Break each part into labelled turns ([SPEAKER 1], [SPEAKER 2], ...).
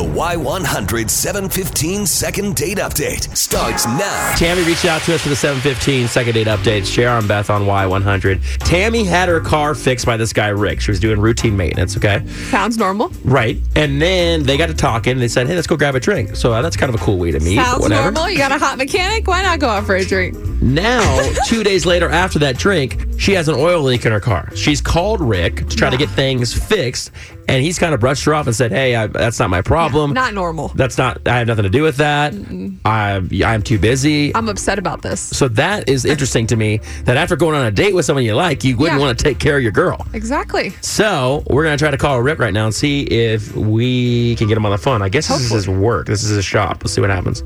[SPEAKER 1] Y100 715 second date update starts now.
[SPEAKER 2] Tammy reached out to us for the 715 second date updates. JR and Beth on Y100. Tammy had her car fixed by this guy, Rick. She was doing routine maintenance, okay?
[SPEAKER 3] Sounds normal.
[SPEAKER 2] Right. And then they got to talking and they said, hey, let's go grab a drink. So uh, that's kind of a cool way to meet. but
[SPEAKER 3] Sounds
[SPEAKER 2] whatever.
[SPEAKER 3] normal. You got a hot mechanic. Why not go out for a drink?
[SPEAKER 2] Now, two days later after that drink, she has an oil leak in her car. She's called Rick to try to get things fixed, and he's kind of brushed her off and said, "Hey, I, that's not my problem.
[SPEAKER 3] Not normal.
[SPEAKER 2] that's not. I have nothing to do with that. I, I'm too busy."
[SPEAKER 3] I'm upset about this.
[SPEAKER 2] so that is interesting to me. That after going on a date with someone you like, you wouldn't
[SPEAKER 3] Yeah.
[SPEAKER 2] want to take care of your girl.
[SPEAKER 3] Exactly.
[SPEAKER 2] So we're gonna try to call Rick right now and see if we can get him on the phone. I guess this is his work. This is his shop. Let's see what happens.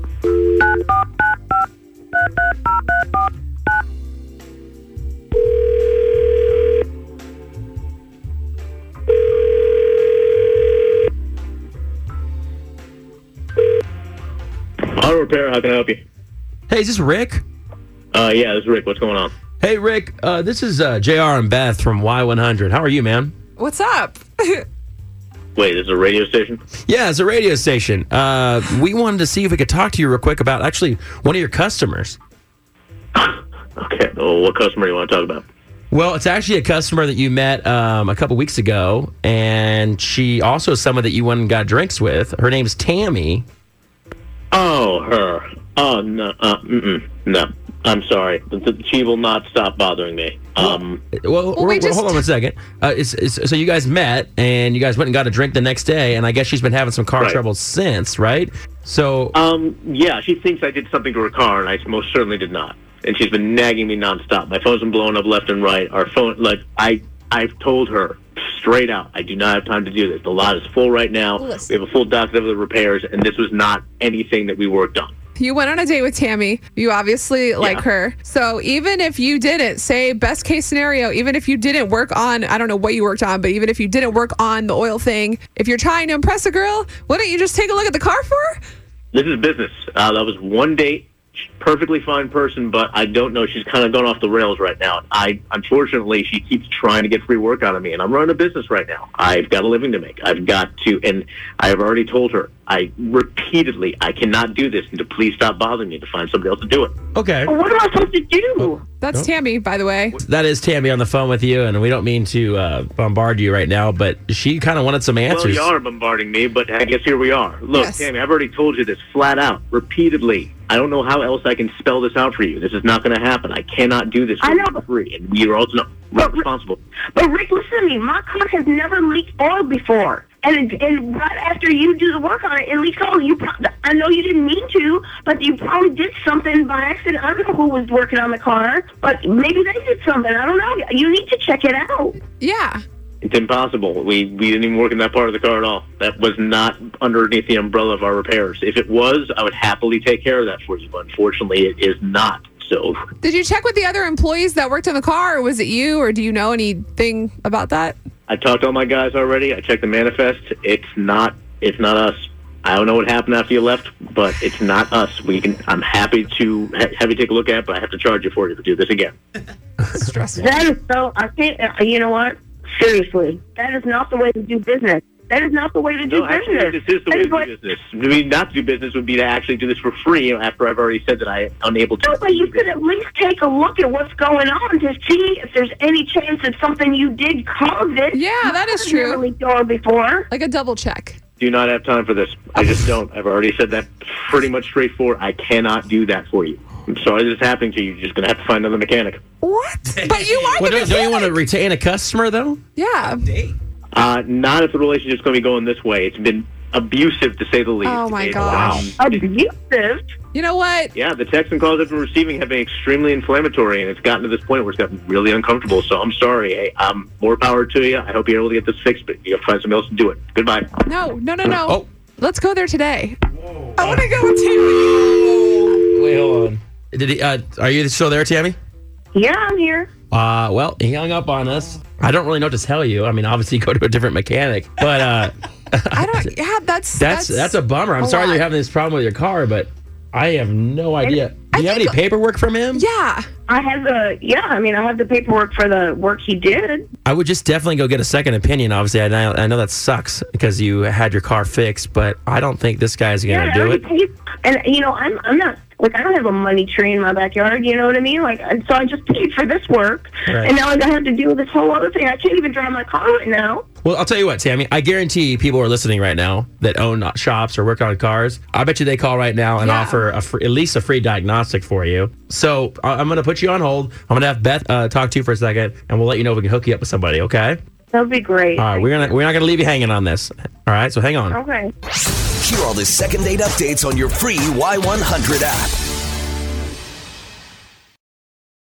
[SPEAKER 4] Auto repair, how can I help you?
[SPEAKER 2] Hey, is this Rick?
[SPEAKER 4] Uh, yeah, this is Rick. What's going on?
[SPEAKER 2] Hey, Rick. Uh, this is uh, Jr. and Beth from Y100. How are you, man?
[SPEAKER 3] What's up?
[SPEAKER 4] Wait, this is a radio station?
[SPEAKER 2] Yeah, it's a radio station. Uh, we wanted to see if we could talk to you real quick about actually one of your customers.
[SPEAKER 4] Okay, well, what customer do you want to talk about?
[SPEAKER 2] Well, it's actually a customer that you met um, a couple weeks ago, and she also is someone that you went and got drinks with. Her name's Tammy.
[SPEAKER 4] Oh, her. Oh, no, uh, mm-mm, no. I'm sorry. Th- th- She will not stop bothering me. Um,
[SPEAKER 2] Well,
[SPEAKER 3] we
[SPEAKER 2] we're- we're-
[SPEAKER 3] just-
[SPEAKER 2] hold on one second. Uh, it's, it's, so you guys met, and you guys went and got a drink the next day, and I guess she's been having some car
[SPEAKER 4] Right.
[SPEAKER 2] trouble since, right? So
[SPEAKER 4] um, yeah, she thinks I did something to her car, and I most certainly did not. And she's been nagging me nonstop. My phone's been blowing up left and right. Our phone, like, I, I've told her straight out, I do not have time to do this. The lot is full right now.
[SPEAKER 3] Listen.
[SPEAKER 4] We have a full docket of the repairs, and this was not anything that we worked on.
[SPEAKER 3] You went on a date with Tammy. You obviously like her. So even if you didn't, say best case scenario, even if you didn't work on, I don't know what you worked on, but even if you didn't work on the oil thing, if you're trying to impress a girl, wouldn't you just take a look at the car for her?
[SPEAKER 4] This is business. Uh, that was one date. She's a perfectly fine person, but I don't know. She's kind of gone off the rails right now. I unfortunately, she keeps trying to get free work out of me, and I'm running a business right now. I've got a living to make. I've got to, and I've already told her. I repeatedly, I cannot do this, and to please stop bothering me to find somebody else to do it.
[SPEAKER 2] okay,
[SPEAKER 4] What am I supposed to do?
[SPEAKER 3] That's
[SPEAKER 2] Nope.
[SPEAKER 3] Tammy, by the way.
[SPEAKER 2] that is Tammy on the phone with you, and we don't mean to uh, bombard you right now, but she kind of wanted some
[SPEAKER 4] Well,
[SPEAKER 2] answers.
[SPEAKER 4] you are bombarding me, but I guess here we are. Look,
[SPEAKER 3] Yes.
[SPEAKER 4] Tammy, I've already told you this flat out, repeatedly. I don't know how else I can spell this out for you. This is not going to happen. I cannot do this for
[SPEAKER 5] I know,
[SPEAKER 4] you for
[SPEAKER 5] but-
[SPEAKER 4] free, and you're also not
[SPEAKER 5] But-
[SPEAKER 4] responsible.
[SPEAKER 5] But Rick, listen to me. My car has never leaked oil before, and it, and right after you do the work on it, it leaks oil. You, pro- I know you didn't mean to, but you probably did something by accident. I don't know who was working on the car, but maybe they did something. I don't know. You need to check it out.
[SPEAKER 3] Yeah.
[SPEAKER 4] It's impossible. We we didn't even work in that part of the car at all. That was not underneath the umbrella of our repairs. If it was, I would happily take care of that for you. But unfortunately, it is not. So
[SPEAKER 3] Did you check with the other employees that worked on the car, or was it you, or do you know anything about that?
[SPEAKER 4] I talked to all my guys already. I checked the manifest. It's not. It's not us. I don't know what happened after you left, but it's not us. We can. I'm happy to ha- have you take a look at, it, but I have to charge you for it if you do this again.
[SPEAKER 3] Stressful.
[SPEAKER 5] That is so. I can't. uh, You know what? Seriously, that is not the way to do business. That is not the way to do
[SPEAKER 4] No, actually,
[SPEAKER 5] business.
[SPEAKER 4] this is the
[SPEAKER 5] That
[SPEAKER 4] way
[SPEAKER 5] is
[SPEAKER 4] to
[SPEAKER 5] what-
[SPEAKER 4] do business. I mean, not to do business would be to actually do this for free after I've already said that I'm unable to.
[SPEAKER 5] No, but you could at least take a look at what's going on to see if there's any chance that something you did caused it.
[SPEAKER 3] Yeah, that is
[SPEAKER 5] I've
[SPEAKER 3] true.
[SPEAKER 5] Never leaked oil before.
[SPEAKER 3] Like a double check.
[SPEAKER 4] do not have time for this. I just don't. I've already said that pretty much straightforward. I cannot do that for you. I'm sorry this is happening to you. You're just going to have to find another mechanic.
[SPEAKER 3] What? But you are
[SPEAKER 2] Well,
[SPEAKER 3] the
[SPEAKER 2] don't, don't you want to
[SPEAKER 3] mechanic.
[SPEAKER 2] retain a customer though?
[SPEAKER 3] Yeah.
[SPEAKER 4] Uh, not if the relationship's going to be going this way. It's been abusive, to say the least.
[SPEAKER 3] Oh, my
[SPEAKER 4] It's-
[SPEAKER 3] gosh.
[SPEAKER 5] Abusive.
[SPEAKER 3] You know what?
[SPEAKER 4] Yeah, the texts and calls I've been receiving have been extremely inflammatory, and it's gotten to this point where it's gotten really uncomfortable. So I'm sorry. Hey, um, more power to you. I hope you're able to get this fixed, but you have to find somebody else to do it. Goodbye.
[SPEAKER 3] No, no, no, no.
[SPEAKER 2] Oh.
[SPEAKER 3] Let's go there today. I want to go with Tammy.
[SPEAKER 2] Wait, hold on. Did he? Uh, are you still there, Tammy?
[SPEAKER 5] Yeah, I'm here.
[SPEAKER 2] Uh, well, he hung up on us. I don't really know what to tell you. I mean, obviously, go to a different mechanic, but uh,
[SPEAKER 3] I don't. Yeah, that's
[SPEAKER 2] that's that's a bummer. I'm
[SPEAKER 3] a
[SPEAKER 2] sorry
[SPEAKER 3] lot.
[SPEAKER 2] you're having this problem with your car, but I have no idea. Do you have any
[SPEAKER 3] think-
[SPEAKER 2] paperwork from him?
[SPEAKER 3] Yeah.
[SPEAKER 5] I have the yeah. I mean, I have the paperwork for the work he did.
[SPEAKER 2] I would just definitely go get a second opinion. Obviously, I, know- I know that sucks because you had your car fixed, but I don't think this guy's going to
[SPEAKER 5] Yeah,
[SPEAKER 2] do
[SPEAKER 5] I
[SPEAKER 2] it.
[SPEAKER 5] already paid- And you know, I'm I'm not like I don't have a money tree in my backyard. You know what I mean? Like, and so I just paid for this work,
[SPEAKER 2] Right.
[SPEAKER 5] and now I have to deal with this whole other thing. I can't even drive my car right now.
[SPEAKER 2] Well, I'll tell you what, Tammy. I guarantee people are listening right now that own shops or work on cars. I bet you they call right now and
[SPEAKER 3] Yeah.
[SPEAKER 2] offer a free, at least a free diagnostic for you. So I- I'm going to put you on hold. I'm going to have Beth uh, talk to you for a second, and we'll let you know if we can hook you up with somebody. Okay.
[SPEAKER 5] That would be great.
[SPEAKER 2] All right. We're gonna we're not going to leave you hanging on this. All right. So hang on.
[SPEAKER 5] okay.
[SPEAKER 1] Hear all the second date updates on your free Y100 app.